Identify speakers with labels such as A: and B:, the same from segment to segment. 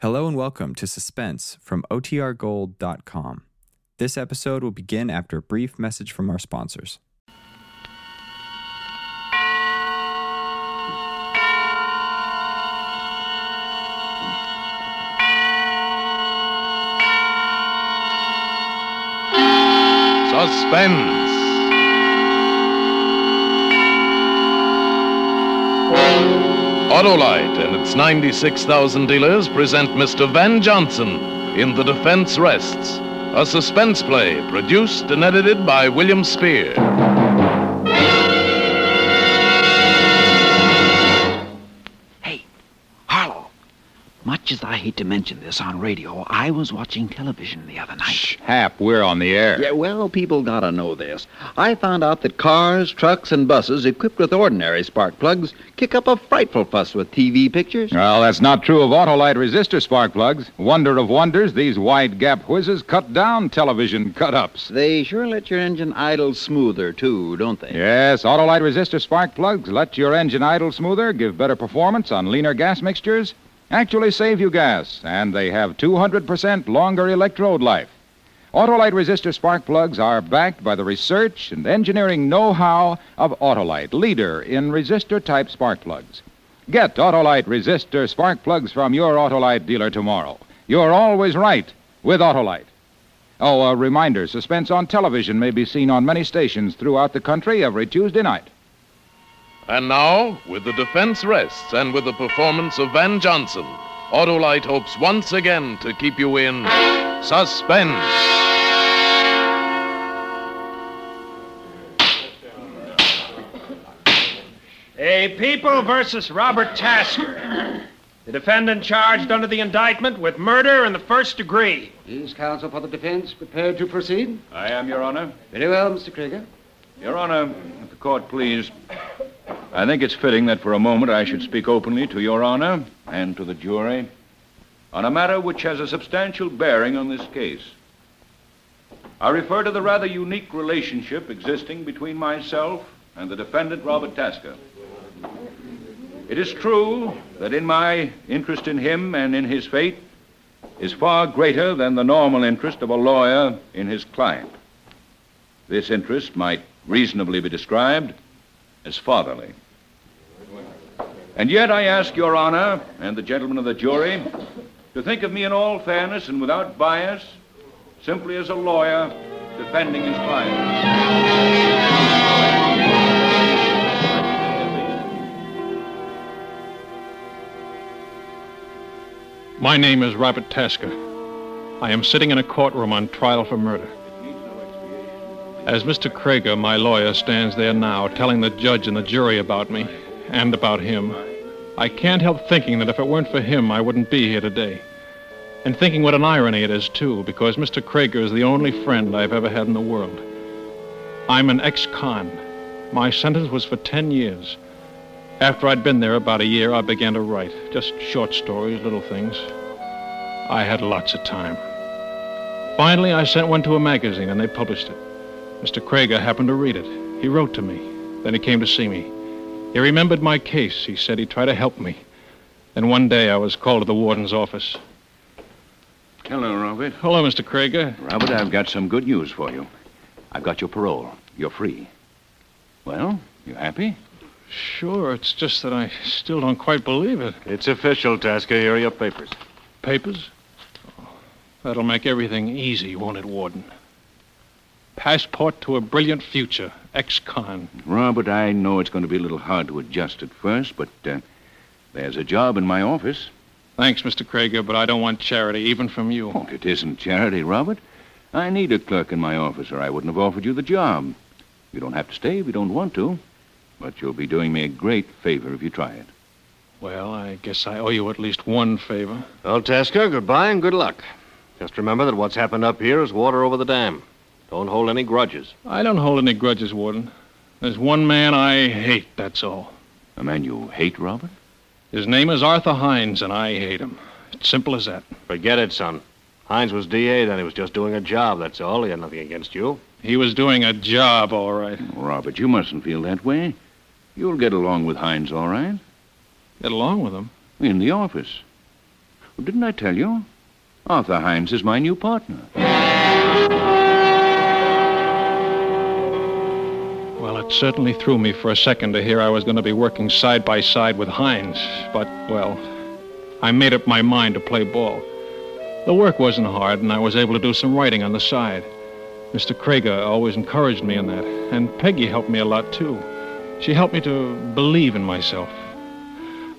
A: Hello and welcome to Suspense from OTRGold.com. This episode will begin after a brief message from our sponsors.
B: Suspense. Autolite and its 96,000 dealers present Mr. Van Johnson in The Defense Rests, a suspense play produced and edited by William Spear.
C: Hey, Harlow. Much as I hate to mention this on radio, I was watching television the other night.
D: Hap, we're on the air.
C: Yeah, well, people gotta know this. I found out that cars, trucks, and buses equipped with ordinary spark plugs kick up a frightful fuss with TV pictures.
D: Well, that's not true of Autolite resistor spark plugs. Wonder of wonders, these wide gap whizzes cut down television cut ups.
C: They sure let your engine idle smoother, too, don't they?
D: Yes, Autolite resistor spark plugs let your engine idle smoother, give better performance on leaner gas mixtures, actually save you gas, and they have 200% longer electrode life. Autolite resistor spark plugs are backed by the research and engineering know how of Autolite, leader in resistor type spark plugs. Get Autolite resistor spark plugs from your Autolite dealer tomorrow. You're always right with Autolite. Oh, a reminder suspense on television may be seen on many stations throughout the country every Tuesday night.
B: And now, with The Defense Rests and with the performance of Van Johnson, Autolite hopes once again to keep you in suspense.
E: A people versus Robert Tasker. The defendant charged under the indictment with murder in the first degree.
F: Is counsel for the defense prepared to proceed?
G: I am, Your Honor.
F: Very well, Mr. Krieger.
G: Your Honor, if the court please, I think it's fitting that for a moment I should speak openly to Your Honor and to the jury on a matter which has a substantial bearing on this case. I refer to the rather unique relationship existing between myself and the defendant, Robert Tasker. It is true that in my interest in him and in his fate is far greater than the normal interest of a lawyer in his client. This interest might reasonably be described as fatherly. And yet I ask Your Honor and the gentlemen of the jury to think of me in all fairness and without bias, simply as a lawyer defending his client.
H: My name is Robert Tasker. I am sitting in a courtroom on trial for murder. As Mr. Krager, my lawyer, stands there now telling the judge and the jury about me and about him, I can't help thinking that if it weren't for him, I wouldn't be here today. And thinking what an irony it is, too, because Mr. Krager is the only friend I've ever had in the world. I'm an ex con. My sentence was for 10 years. After I'd been there about a year, I began to write. Just short stories, little things. I had lots of time. Finally, I sent one to a magazine and they published it. Mr. Krager happened to read it. He wrote to me. Then he came to see me. He remembered my case. He said he'd try to help me. Then one day I was called to the warden's office.
G: Hello, Robert.
H: Hello, Mr. Krager.
G: Robert, I've got some good news for you. I've got your parole. You're free. Well, you happy?
H: Sure, it's just that I still don't quite believe it.
I: It's official, Tasker. Here are your papers.
H: Papers? That'll make everything easy, won't it, Warden? Passport to a brilliant future, ex con.
G: Robert, I know it's going to be a little hard to adjust at first, but uh, there's a job in my office.
H: Thanks, Mr. Krager, but I don't want charity, even from you.
G: Oh, it isn't charity, Robert. I need a clerk in my office, or I wouldn't have offered you the job. You don't have to stay if you don't want to, but you'll be doing me a great favor if you try it.
H: Well, I guess I owe you at least one favor.
I: Well, Tasker, goodbye and good luck. Just remember that what's happened up here is water over the dam. Don't hold any grudges.
H: I don't hold any grudges, Warden. There's one man I hate, that's all.
G: A man you hate, Robert?
H: His name is Arthur Hines, and I hate him. It's simple as that.
I: Forget it, son. Hines was DA then. He was just doing a job, that's all. He had nothing against you.
H: He was doing a job, all right.
G: Robert, you mustn't feel that way. You'll get along with Hines all right.
H: Get along with him.
G: In the office. Didn't I tell you? Arthur Himes is my new partner.
H: Well, it certainly threw me for a second to hear I was going to be working side by side with Hines, but, well, I made up my mind to play ball. The work wasn't hard, and I was able to do some writing on the side. Mr. Krager always encouraged me in that, and Peggy helped me a lot, too. She helped me to believe in myself.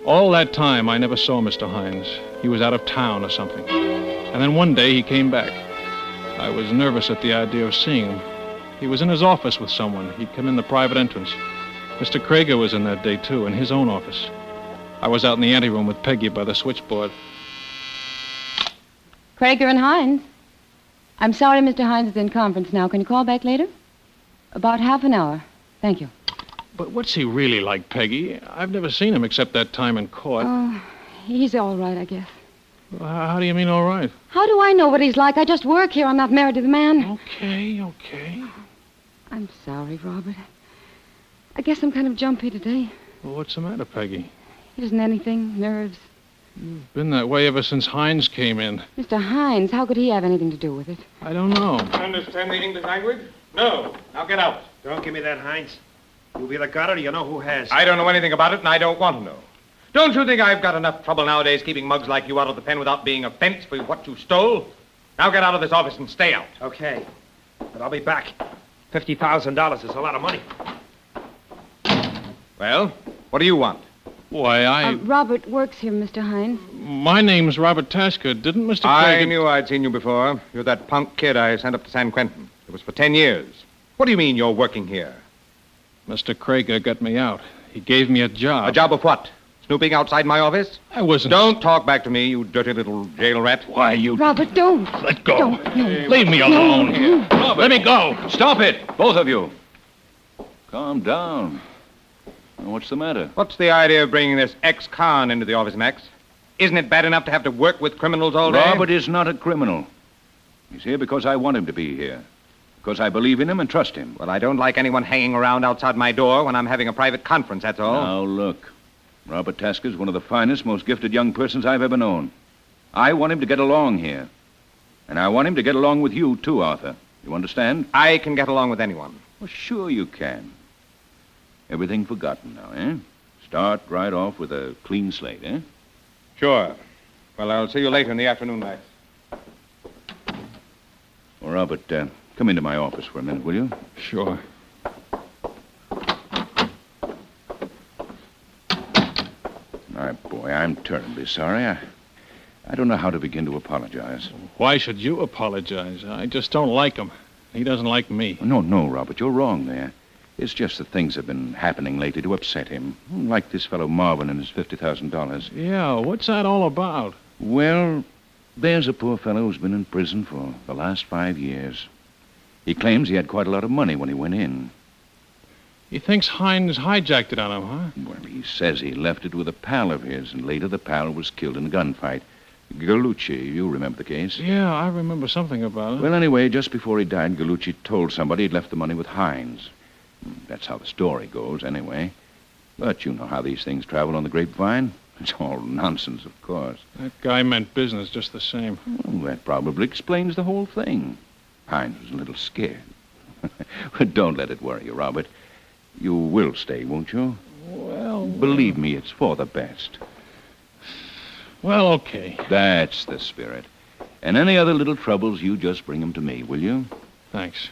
H: All that time, I never saw Mr. Hines. He was out of town or something. And then one day, he came back. I was nervous at the idea of seeing him. He was in his office with someone. He'd come in the private entrance. Mr. Krager was in that day, too, in his own office. I was out in the anteroom with Peggy by the switchboard.
J: Krager and Hines. I'm sorry Mr. Hines is in conference now. Can you call back later? About half an hour. Thank you.
H: But what's he really like, Peggy? I've never seen him except that time in court.
J: Oh, he's all right, I guess.
H: Well, how how do you mean, all right?
J: How do I know what he's like? I just work here. I'm not married to the man.
H: Okay, okay.
J: I'm sorry, Robert. I guess I'm kind of jumpy today.
H: Well, what's the matter, Peggy?
J: Isn't anything? Nerves.
H: Been that way ever since Hines came in.
J: Mr. Hines, how could he have anything to do with it?
H: I don't know.
E: Understand the English language? No. Now get out. Don't give me that, Heinz. You've either got it or you know who has.
K: I don't know anything about it, and I don't want to know. Don't you think I've got enough trouble nowadays keeping mugs like you out of the pen without being a fence for what you stole? Now get out of this office and stay out.
E: Okay. But I'll be back. $50,000 is a lot of money.
K: Well, what do you want?
H: Why, I.
J: Um, Robert works here, Mr. Hines.
H: my name's Robert Tasker. Didn't Mr.
K: I
H: Krager-
K: knew I'd seen you before. You're that punk kid I sent up to San Quentin. It was for ten years. What do you mean you're working here?
H: Mr. Krager got me out. He gave me a job.
K: A job of what? Snooping outside my office?
H: I wasn't.
K: Don't talk back to me, you dirty little jail rat.
H: Why, you.
J: Robert, don't.
H: Let go.
J: Don't. No.
H: Leave me alone. Let me go.
G: Stop it, both of you. Calm down. Now, what's the matter?
K: What's the idea of bringing this ex-con into the office, Max? Isn't it bad enough to have to work with criminals all day?
G: Robert is not a criminal. He's here because I want him to be here. Because I believe in him and trust him.
K: Well, I don't like anyone hanging around outside my door when I'm having a private conference, that's all.
G: Now, look. Robert Tasker's one of the finest, most gifted young persons I've ever known. I want him to get along here. And I want him to get along with you, too, Arthur. You understand?
K: I can get along with anyone.
G: Well, sure you can. Everything forgotten now, eh? Start right off with a clean slate, eh?
K: Sure. Well, I'll see you later in the afternoon, Max.
G: Well, Robert, uh, come into my office for a minute, will you?
H: Sure.
G: My boy, I'm terribly sorry. I, I don't know how to begin to apologize.
H: Why should you apologize? I just don't like him. He doesn't like me.
G: No, no, Robert, you're wrong there. It's just that things have been happening lately to upset him. Like this fellow Marvin and his $50,000.
H: Yeah, what's that all about?
G: Well, there's a poor fellow who's been in prison for the last five years. He claims he had quite a lot of money when he went in.
H: He thinks Hines hijacked it on him, huh?
G: Well, he says he left it with a pal of his, and later the pal was killed in a gunfight. Galucci, you remember the case?
H: Yeah, I remember something about it.
G: Well, anyway, just before he died, Galucci told somebody he'd left the money with Hines. Hmm, That's how the story goes, anyway. But you know how these things travel on the grapevine. It's all nonsense, of course.
H: that guy meant business just the same.
G: Well, that probably explains the whole thing. Hines was a little scared. but don't let it worry you, Robert. You will stay, won't you?
H: Well,
G: Believe me, it's for the best.
H: well, okay.
G: That's the spirit. And any other little troubles, you just bring 'em to me, will you?
H: Thanks.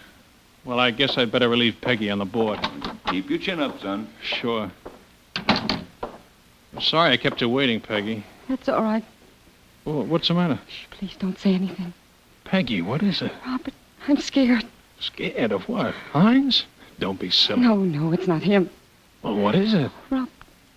H: Well, I guess I'd better relieve Peggy on the board.
G: Keep your chin up, son.
H: Sure. I'm sorry I kept you waiting, Peggy.
J: That's all right.
H: Wha- What's the matter?
J: Please don't say anything.
H: Peggy, what is it?
J: Robert, I'm scared.
H: Scared of what? Hines? Don't be silly.
J: No, no, it's not him.
H: Well, what is it?
J: I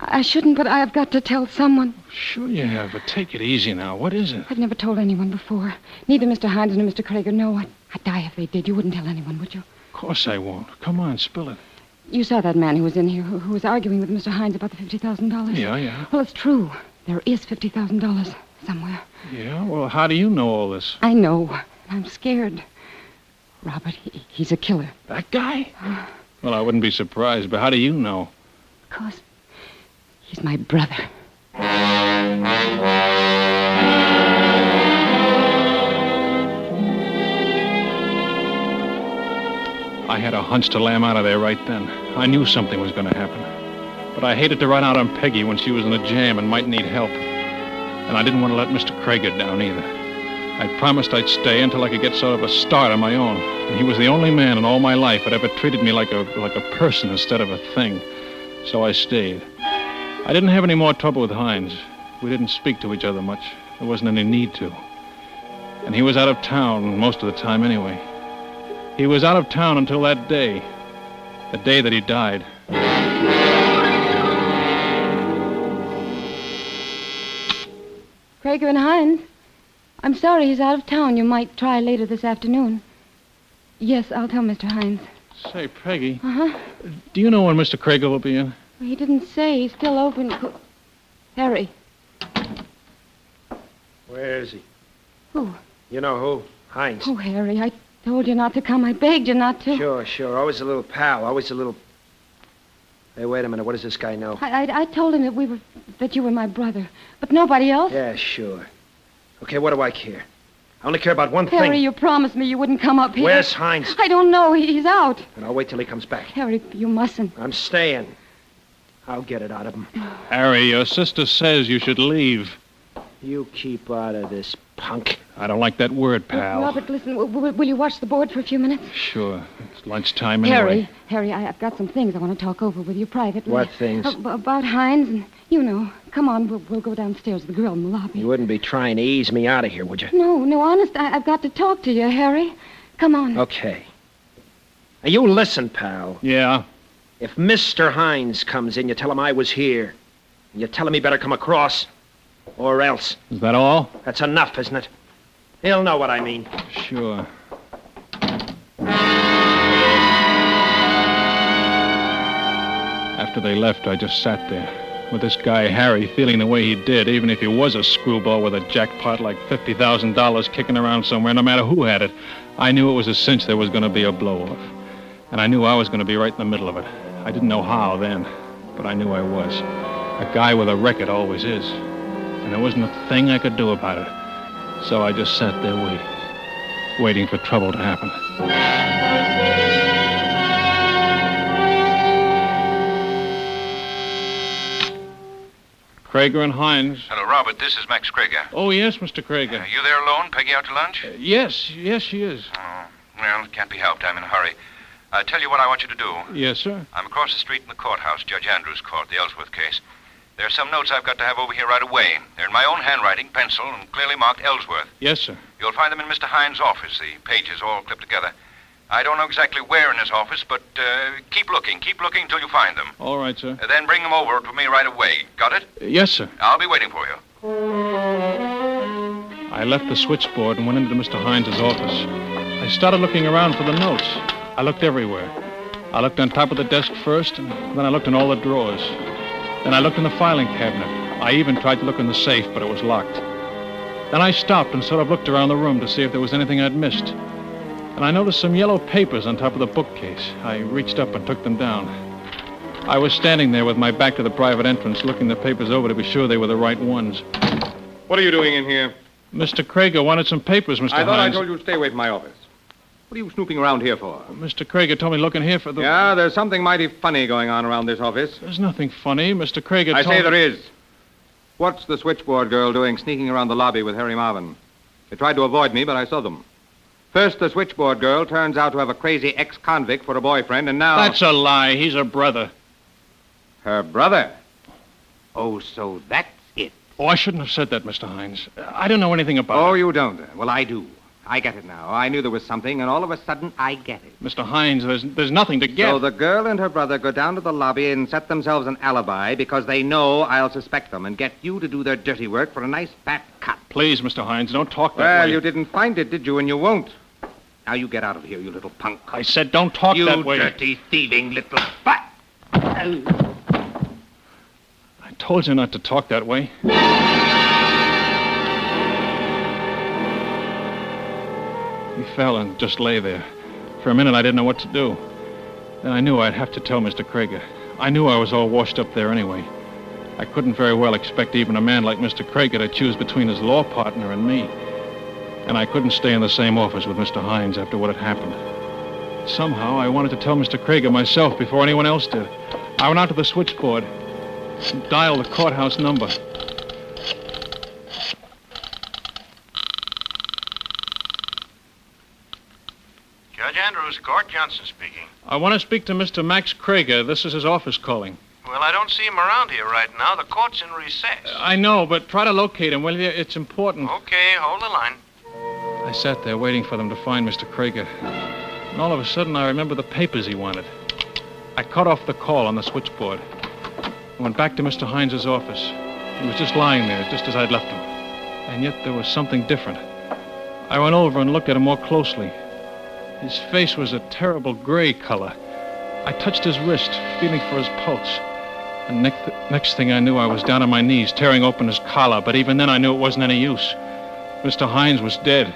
J: I shouldn't, but I have got to tell someone.
H: Sure you have, but take it easy now. What is it?
J: I've never told anyone before. Neither Mr. Hines nor Mr. Krager know. I'd, I'd die if they did. You wouldn't tell anyone, would you?
H: Of course I won't. Come on, spill it.
J: You saw that man who was in here who, who was arguing with Mr. Hines about the $50,000.
H: Yeah, yeah.
J: Well, it's true. There is $50,000 somewhere.
H: Yeah, well, how do you know all this?
J: I know. I'm scared. Robert, he, he's a killer.
H: That guy? Well, I wouldn't be surprised, but how do you know?
J: Because he's my brother.
H: I had a hunch to lam out of there right then. I knew something was going to happen. But I hated to run out on Peggy when she was in a jam and might need help. And I didn't want to let Mr. Krager down either. I promised I'd stay until I could get sort of a start on my own. And he was the only man in all my life that ever treated me like a like a person instead of a thing. So I stayed. I didn't have any more trouble with Hines. We didn't speak to each other much. There wasn't any need to. And he was out of town most of the time anyway. He was out of town until that day. The day that he died.
J: Krager and Hines. I'm sorry he's out of town. You might try later this afternoon. Yes, I'll tell Mr. Hines.
H: Say, Peggy,
J: Uh huh.
H: do you know when Mr. Krager will be in?
J: He didn't say. He's still open. Co- Harry.
F: Where is he?
J: Who?
F: You know who? Heinz.
J: Oh, Harry, I told you not to come. I begged you not to.
F: Sure, sure. Always a little pal. Always a little. Hey, wait a minute. What does this guy know?
J: I, I, I told him that we were, that you were my brother, but nobody else.
F: Yeah, sure. Okay, what do I care? I only care about one
J: Harry,
F: thing.
J: you promised me you wouldn't come up here.
F: Where's Heinz?
J: I don't know. He, he's out.
F: And I'll wait till he comes back.
J: Harry, you mustn't.
F: I'm staying. I'll get it out of him.
H: Harry, your sister says you should leave.
F: You keep out of this, punk.
H: I don't like that word, pal.
J: Robert, listen. W- w- will you watch the board for a few minutes?
H: Sure. It's lunchtime anyway.
J: Harry, Harry, I, I've got some things I want to talk over with you privately.
F: What things?
J: Ab- about Hines and you know. Come on, we'll, we'll go downstairs to the grill in the lobby.
F: You wouldn't be trying to ease me out of here, would you?
J: No, no, honest, I, I've got to talk to you, Harry. Come on.
F: Okay. Now, you listen, pal.
H: Yeah?
F: If Mr. Hines comes in, you tell him I was here. And you tell him he better come across. Or else.
H: Is that all?
F: That's enough, isn't it? He'll know what I mean.
H: Sure. After they left, I just sat there with this guy Harry feeling the way he did, even if he was a screwball with a jackpot like $50,000 kicking around somewhere, no matter who had it. I knew it was a cinch there was going to be a blow off. And I knew I was going to be right in the middle of it. I didn't know how then, but I knew I was. A guy with a record always is. And there wasn't a thing I could do about it. So I just sat there waiting waiting for trouble to happen. Krager and Hines.
G: Hello, Robert. This is Max Krieger.
H: Oh, yes, Mr. Krager.
G: Are you there alone? Peggy out to lunch?
H: Yes, yes, she is.
G: Well, it can't be helped. I'm in a hurry. I'll tell you what I want you to do.
H: Yes, sir.
G: I'm across the street in the courthouse, Judge Andrews' court, the Ellsworth case. There are some notes I've got to have over here right away. They're in my own handwriting, pencil, and clearly marked Ellsworth.
H: Yes, sir.
G: You'll find them in Mr. Hines' office, the pages all clipped together. I don't know exactly where in his office, but uh, keep looking. Keep looking until you find them.
H: All right, sir.
G: Then bring them over to me right away. Got it?
H: Yes, sir.
G: I'll be waiting for you.
H: I left the switchboard and went into Mr. Hines' office. I started looking around for the notes. I looked everywhere. I looked on top of the desk first, and then I looked in all the drawers. Then I looked in the filing cabinet. I even tried to look in the safe, but it was locked. Then I stopped and sort of looked around the room to see if there was anything I'd missed. And I noticed some yellow papers on top of the bookcase. I reached up and took them down. I was standing there with my back to the private entrance, looking the papers over to be sure they were the right ones.
K: What are you doing in here?
H: Mr. Krager wanted some papers, Mr.
K: I thought
H: Hines.
K: I told you to stay away from my office. What are you snooping around here for?
H: Mr. Krager told me look in here for the.
K: Yeah, there's something mighty funny going on around this office.
H: There's nothing funny. Mr. Krager
K: I
H: told
K: say there is. What's the switchboard girl doing sneaking around the lobby with Harry Marvin? They tried to avoid me, but I saw them. First, the switchboard girl turns out to have a crazy ex-convict for a boyfriend, and now...
H: That's a lie. He's a brother.
K: Her brother? Oh, so that's it.
H: Oh, I shouldn't have said that, Mr. Hines. I don't know anything about
K: Oh, you don't? Well, I do. I get it now. I knew there was something, and all of a sudden, I get
H: it.
K: it.
H: Mr. Hines, there's, there's nothing to get.
K: So the girl and her brother go down to the lobby and set themselves an alibi because they know I'll suspect them and get you to do their dirty work for a nice fat cut.
H: Please, Mr. Hines, don't talk that
K: well,
H: way.
K: you didn't find it, did you? And you won't. Now you get out of here, you little punk.
H: I said don't talk
K: you
H: that way.
K: dirty, thieving little butt.
H: I told you not to talk that way. He fell and just lay there. For a minute, I didn't know what to do. Then I knew I'd have to tell Mr. Krager. I knew I was all washed up there anyway. I couldn't very well expect even a man like Mr. Krager to choose between his law partner and me. And I couldn't stay in the same office with Mr. Hines after what had happened. Somehow, I wanted to tell Mr. Krager myself before anyone else did. I went out to the switchboard and dialed the courthouse number.
L: Judge Andrews, Gort Johnson speaking.
H: I want to speak to Mr. Max Krager. This is his office calling.
L: Well, I don't see him around here right now. The court's in recess.
H: I know, but try to locate him, will you? It's important.
L: Okay, hold the line.
H: I sat there waiting for them to find Mr. Krager. And all of a sudden, I remembered the papers he wanted. I cut off the call on the switchboard. I went back to Mr. Hines' office. He was just lying there, just as I'd left him. And yet there was something different. I went over and looked at him more closely. His face was a terrible gray color. I touched his wrist, feeling for his pulse. And next, next thing I knew, I was down on my knees, tearing open his collar, but even then I knew it wasn't any use. Mr. Hines was dead.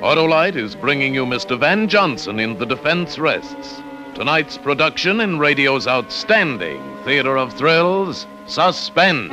B: Autolite is bringing you Mr. Van Johnson in The Defense Rests. Tonight's production in radio's outstanding theater of thrills, Suspense.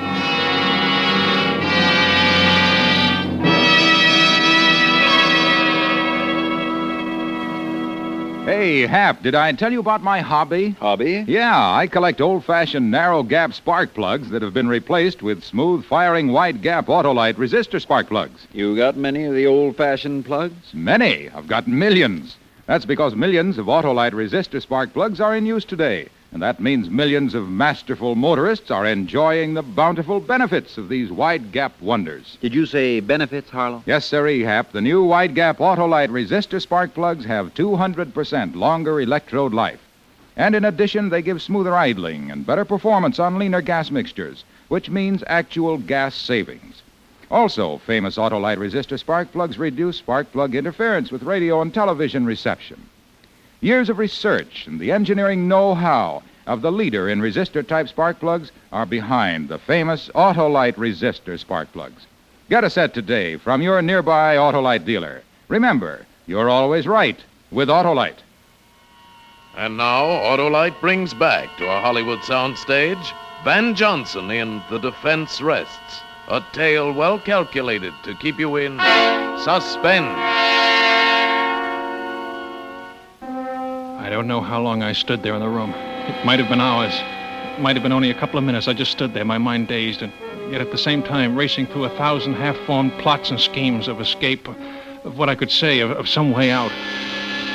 D: Hey, Hap, did I tell you about my hobby? Hobby? Yeah, I collect old fashioned narrow gap spark plugs that have been replaced with smooth firing wide gap Autolite resistor spark plugs. You got many of the old fashioned plugs? Many. I've got millions. That's because millions of Autolite resistor spark plugs are in use today. And that means millions of masterful motorists are enjoying the bountiful benefits of these wide gap wonders. Did you say benefits, Harlow? Yes, sir, Hap. The new wide gap Autolite resistor spark plugs have 200% longer electrode life. And in addition, they give smoother idling and better performance on leaner gas mixtures, which means actual gas savings. Also, famous Autolite resistor spark plugs reduce spark plug interference with radio and television reception. Years of research and the engineering know how of the leader in resistor type spark plugs are behind the famous Autolite resistor spark plugs. Get a set today from your nearby Autolite dealer. Remember, you're always right with Autolite.
B: And now, Autolite brings back to our Hollywood soundstage Van Johnson in The Defense Rests, a tale well calculated to keep you in suspense.
H: I don't know how long I stood there in the room. It might have been hours. It might have been only a couple of minutes. I just stood there, my mind dazed, and yet at the same time racing through a thousand half formed plots and schemes of escape, of what I could say, of, of some way out.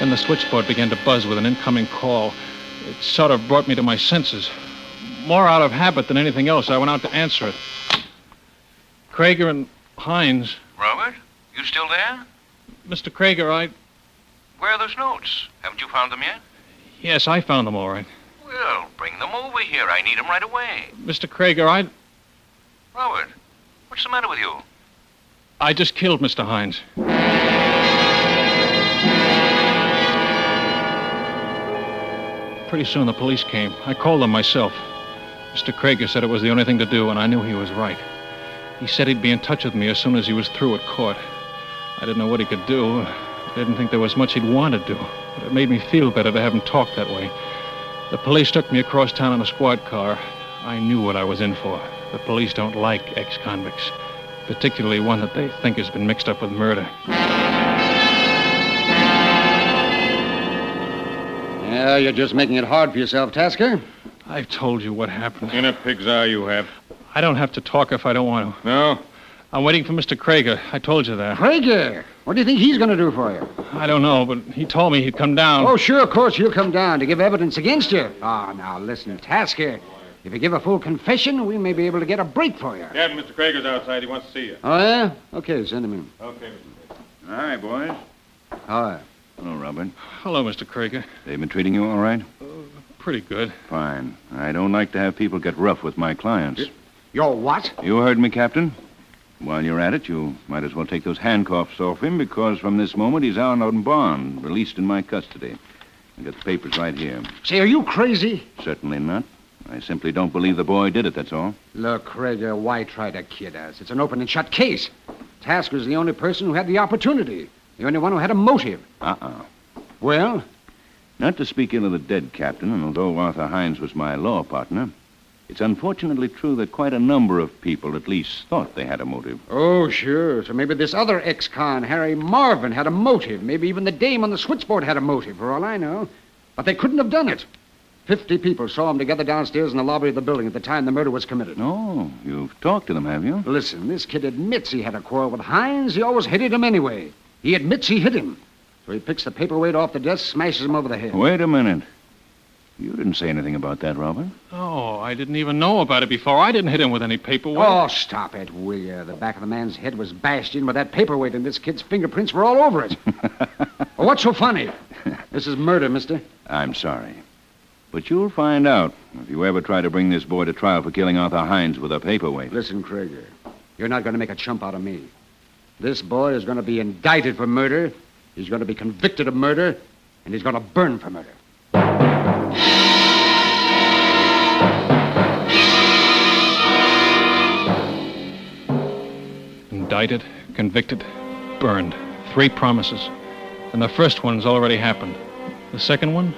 H: Then the switchboard began to buzz with an incoming call. It sort of brought me to my senses. More out of habit than anything else, I went out to answer it. Krager and Hines.
L: Robert, you still there?
H: Mr. Krager, I.
L: Where are those notes? Haven't you found them yet?
H: Yes, I found them all right.
L: Well, bring them over here. I need them right away.
H: Mr. Krager, I.
L: Robert, what's the matter with you?
H: I just killed Mr. Hines. Pretty soon the police came. I called them myself. Mr. Krager said it was the only thing to do, and I knew he was right. He said he'd be in touch with me as soon as he was through at court. I didn't know what he could do. I didn't think there was much he'd want to do, but it made me feel better to have him talk that way. The police took me across town in a squad car. I knew what I was in for. The police don't like ex convicts, particularly one that they think has been mixed up with murder.
F: Yeah, you're just making it hard for yourself, Tasker.
H: I've told you what happened.
G: In a pig's eye you have.
H: I don't have to talk if I don't want to.
G: No.
H: I'm waiting for Mr. Krager. I told you that.
F: Krager, what do you think he's going to do for you?
H: I don't know, but he told me he'd come down.
F: Oh, sure, of course, he'll come down to give evidence against you. Ah, now listen, Tasker. If you give a full confession, we may be able to get a break for you.
G: Captain, Mr. Krager's outside. He wants to see you.
F: Oh, yeah? Okay, send him in.
G: Okay, Mr. Krager. All right, boys.
F: Hi.
G: Hello, Robert.
H: Hello, Mr. Krager.
G: They've been treating you all right?
H: Pretty good.
G: Fine. I don't like to have people get rough with my clients.
F: You're what?
G: You heard me, Captain. While you're at it, you might as well take those handcuffs off him because from this moment he's out on bond, released in my custody. I got the papers right here.
F: Say, are you crazy?
G: Certainly not. I simply don't believe the boy did it, that's all.
F: Look, Krager, why try to kid us? It's an open and shut case. Tasker's the only person who had the opportunity, the only one who had a motive.
G: Uh-uh.
F: Well,
G: Not to speak ill of the dead captain, and although Arthur Hines was my law partner, it's unfortunately true that quite a number of people at least thought they had a motive.
F: Oh, sure. So maybe this other ex con, Harry Marvin, had a motive. Maybe even the dame on the switchboard had a motive, for all I know. But they couldn't have done it. Fifty people saw them together downstairs in the lobby of the building at the time the murder was committed.
G: No. You've talked to them, have you?
F: Listen, this kid admits he had a quarrel with Hines. He always hated him anyway. He admits he hit him. So he picks the paperweight off the desk, smashes him over the head.
G: Wait a minute. You didn't say anything about that, Robert.
H: Oh, I didn't even know about it before. I didn't hit him with any paperwork.
F: Oh, stop it, will you? The back of the man's head was bashed in with that paperweight, and this kid's fingerprints were all over it. Oh, What's so funny? This is murder, mister.
G: I'm sorry. But you'll find out if you ever try to bring this boy to trial for killing Arthur Hines with a paperweight.
F: Listen, Krager. You're not going to make a chump out of me. This boy is going to be indicted for murder. He's going to be convicted of murder, and he's going to burn for murder.
H: Indicted, convicted, burned. Three promises. And the first one's already happened. The second one?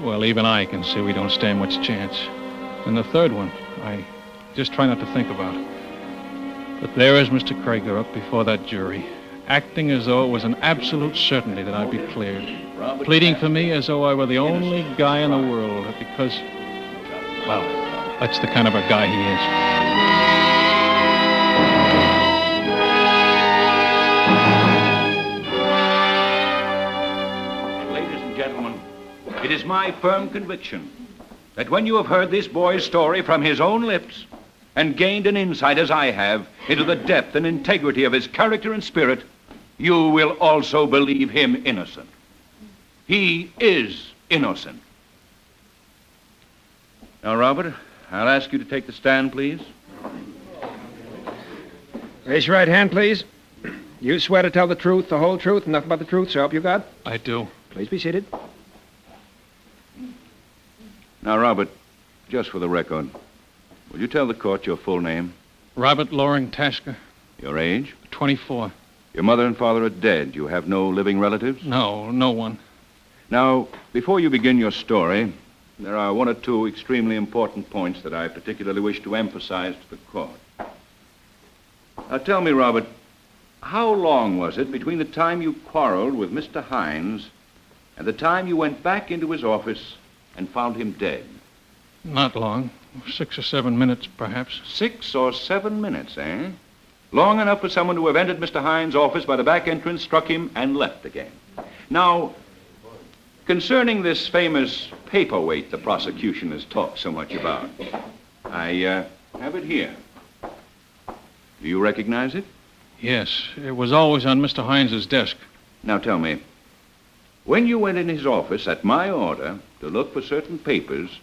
H: Well, even I can see we don't stand much chance. And the third one, I just try not to think about. But there is Mr. Krager up before that jury, acting as though it was an absolute certainty that I'd be cleared, pleading for me as though I were the only guy in the world, because, well, that's the kind of a guy he is.
G: Ladies and gentlemen, it is my firm conviction that when you have heard this boy's story from his own lips and gained an insight as I have into the depth and integrity of his character and spirit, you will also believe him innocent. He is innocent. Now, Robert, I'll ask you to take the stand, please.
E: Raise your right hand, please. You swear to tell the truth, the whole truth, and nothing but the truth, so help you God?
H: I do.
E: Please be seated.
G: Now, Robert, just for the record, will you tell the court your full name,
H: Robert Loring Tasker,
G: your age?
H: 24.
G: Your mother and father are dead. You have no living relatives?
H: No, no one.
G: Now, before you begin your story, there are one or two extremely important points that I particularly wish to emphasize to the court. Now, tell me, Robert, how long was it between the time you quarreled with Mr. Hines and the time you went back into his office and found him dead?
H: Not long. Six or seven minutes, perhaps.
G: Six or seven minutes, eh? Long enough for someone to have entered Mr. Hines' office by the back entrance, struck him, and left again. Now, concerning this famous paperweight the prosecution has talked so much about, I uh, have it here. Do you recognize it?
H: Yes, it was always on Mr. Hines's desk.
G: Now tell me, when you went in his office at my order to look for certain papers,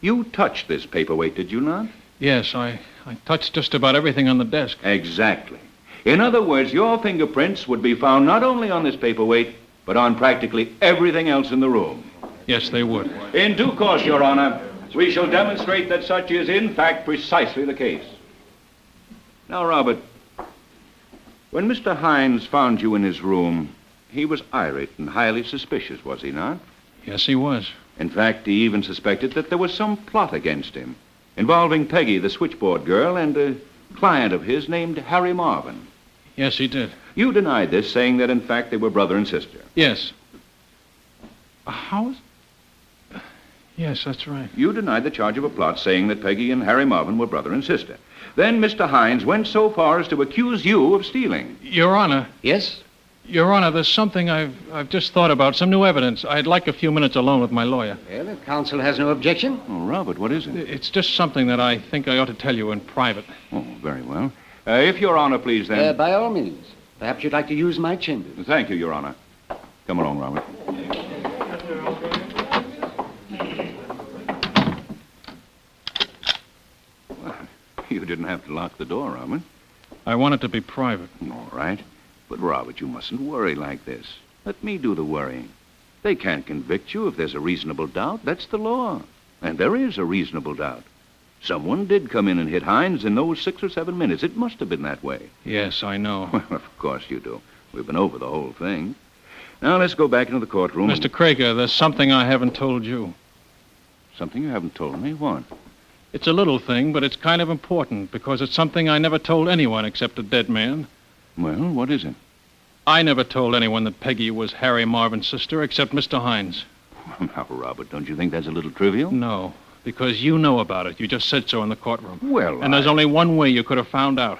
G: you touched this paperweight, did you not?
H: Yes, I, I touched just about everything on the desk.
G: Exactly. In other words, your fingerprints would be found not only on this paperweight, but on practically everything else in the room.
H: Yes, they would.
G: In due course, Your Honor, we shall demonstrate that such is, in fact, precisely the case. Now, Robert, when Mr. Hines found you in his room, he was irate and highly suspicious, was he not?
H: Yes, he was.
G: In fact, he even suspected that there was some plot against him involving Peggy, the switchboard girl, and a client of his named Harry Marvin.
H: Yes, he did.
G: You denied this, saying that, in fact, they were brother and sister.
H: Yes. A house? Yes, that's right.
G: You denied the charge of a plot, saying that Peggy and Harry Marvin were brother and sister. Then Mr. Hines went so far as to accuse you of stealing.
H: Your Honor.
G: Yes?
H: Your Honor, there's something I've, I've just thought about, some new evidence. I'd like a few minutes alone with my lawyer.
F: Well, if counsel has no objection.
G: Oh, Robert, what is it?
H: It's just something that I think I ought to tell you in private.
G: Oh, very well. Uh, if Your Honor, please, then.
F: Uh, by all means. Perhaps you'd like to use my chambers.
G: Thank you, Your Honor. Come along, Robert. Well, You didn't have to lock the door, Robert.
H: I want it to be private.
G: All right. But, Robert, you mustn't worry like this. Let me do the worrying. They can't convict you if there's a reasonable doubt. That's the law. And there is a reasonable doubt. Someone did come in and hit Hines in those six or seven minutes. It must have been that way.
H: Yes, I know.
G: Well, of course you do. We've been over the whole thing. Now let's go back into the courtroom.
H: Mr. Krager, there's something I haven't told you.
G: Something you haven't told me? What?
H: It's a little thing, but it's kind of important because it's something I never told anyone except a dead man.
G: Well, what is it?
H: I never told anyone that Peggy was Harry Marvin's sister except Mr. Hines.
G: now, Robert, don't you think that's a little trivial?
H: No, because you know about it. You just said so in the courtroom.
G: Well,
H: And there's only one way you could have found out.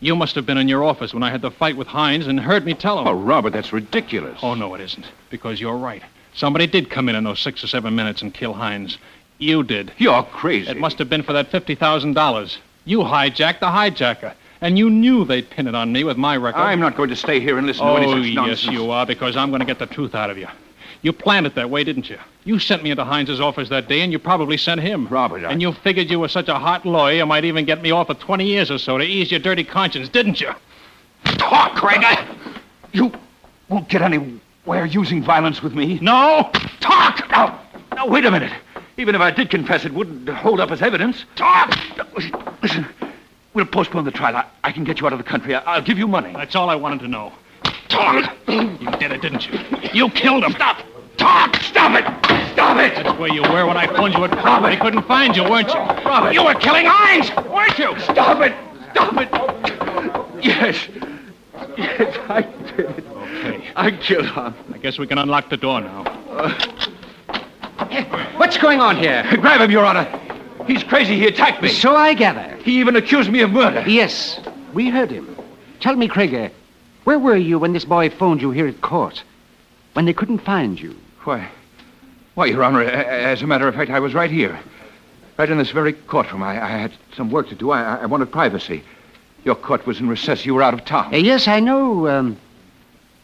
H: You must have been in your office when I had the fight with Hines and heard me tell him.
G: Oh, Robert, that's ridiculous.
H: Oh, no, it isn't, because you're right. Somebody did come in in those six or seven minutes and kill Hines. You did.
G: You're crazy.
H: It must have been for that $50,000. You hijacked the hijacker, and you knew they'd pin it on me with my record.
G: I'm not going to stay here and listen
H: oh,
G: to any such nonsense.
H: yes, you are, because I'm going to get the truth out of you. You planned it that way, didn't you? You sent me into Hines's office that day, and you probably sent him.
G: Robert, I...
H: And you figured you were such a hot lawyer, you might even get me off for 20 years or so to ease your dirty conscience, didn't you?
G: Talk, Craig. You won't get anywhere using violence with me.
H: No!
G: Talk! Now, now, wait a minute. Even if I did confess, it wouldn't hold up as evidence. Talk! Listen, we'll postpone the trial. I, I can get you out of the country. I, I'll give you money.
H: That's all I wanted to know. Talk! you did it, didn't you? You killed him. Stop!
G: Talk! Stop it! Stop it!
H: That's where you were when I phoned you at Pop. They couldn't find you, weren't you?
G: Robert!
H: You were killing Hines, weren't you?
G: Stop it! Stop it! Yes. Yes, I did it.
H: Okay.
G: I killed him.
H: I guess we can unlock the door now.
F: What's going on here?
G: Grab him, Your Honor. He's crazy. He attacked me.
F: So I gather.
G: He even accused me of murder.
F: Yes, we heard him. Tell me, Krager, where were you when this boy phoned you here at court? When they couldn't find you?
G: Why, why, Your Honor, a- a- as a matter of fact, I was right here. Right in this very courtroom. I, I had some work to do. I, I wanted privacy. Your court was in recess. You were out of town.
F: Uh, yes, I know. Um,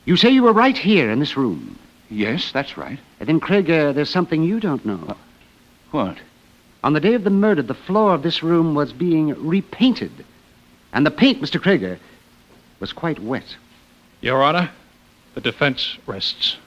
F: you say you were right here in this room.
G: Yes, that's right.
F: And then, Krager, there's something you don't know.
G: What?
F: On the day of the murder, the floor of this room was being repainted. And the paint, Mr. Krager, was quite wet.
H: Your Honor, the defense rests.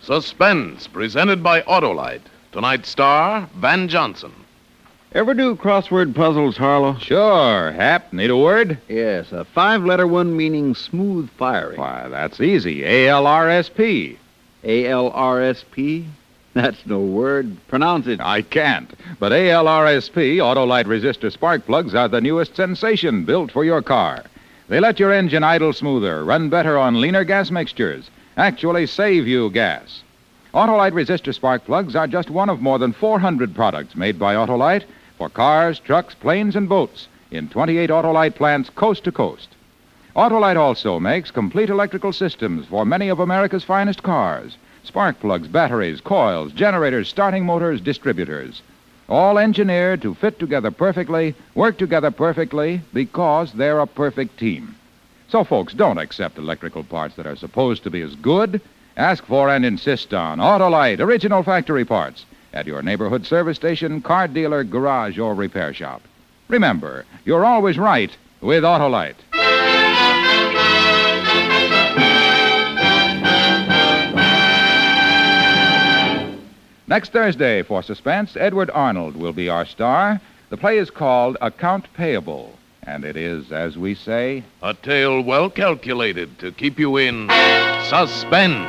B: Suspense, presented by Autolite. Tonight's star, Van Johnson.
M: Ever do crossword puzzles, Harlow?
D: Sure. Hap, need a word?
M: Yes, a five letter one meaning smooth firing.
D: Why, that's easy. A L R S P.
M: A L R S P? That's no word. Pronounce it.
D: I can't. But ALRSP, Autolite Resistor Spark Plugs, are the newest sensation built for your car. They let your engine idle smoother, run better on leaner gas mixtures, actually save you gas. Autolite Resistor Spark Plugs are just one of more than 400 products made by Autolite for cars, trucks, planes, and boats in 28 Autolite plants coast to coast. Autolite also makes complete electrical systems for many of America's finest cars spark plugs, batteries, coils, generators, starting motors, distributors. All engineered to fit together perfectly, work together perfectly, because they're a perfect team. So, folks, don't accept electrical parts that are supposed to be as good. Ask for and insist on Autolite original factory parts at your neighborhood service station, car dealer, garage, or repair shop. Remember, you're always right with Autolite. Next Thursday for Suspense, Edward Arnold will be our star. The play is called Account Payable, and it is, as we say,
B: A tale well calculated to keep you in suspense.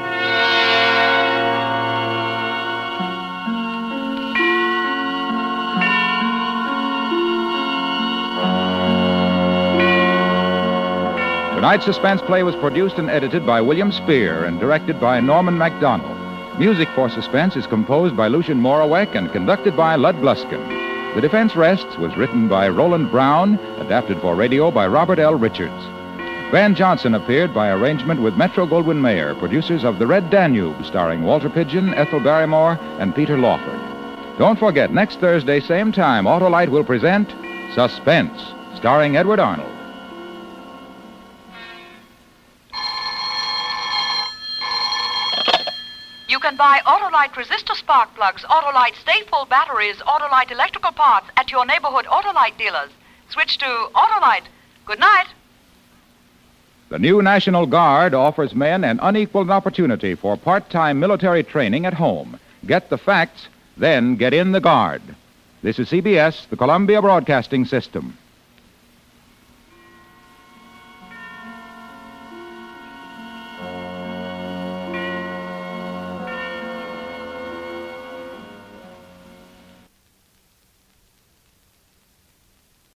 D: Tonight's suspense play was produced and edited by William Spear and directed by Norman MacDonald. Music for Suspense is composed by Lucian Morawek and conducted by Lud Bluskin. The Defense Rests was written by Roland Brown, adapted for radio by Robert L. Richards. Van Johnson appeared by arrangement with Metro Goldwyn Mayer, producers of The Red Danube, starring Walter Pigeon, Ethel Barrymore, and Peter Lawford. Don't forget, next Thursday, same time, Autolite will present Suspense, starring Edward Arnold.
N: You can buy Autolite resistor spark plugs, Autolite stay full batteries, Autolite electrical parts at your neighborhood Autolite dealers. Switch to Autolite. Good night.
D: The new National Guard offers men an unequaled opportunity for part time military training at home.
H: Get the facts, then get in the guard. This is CBS, the Columbia Broadcasting System.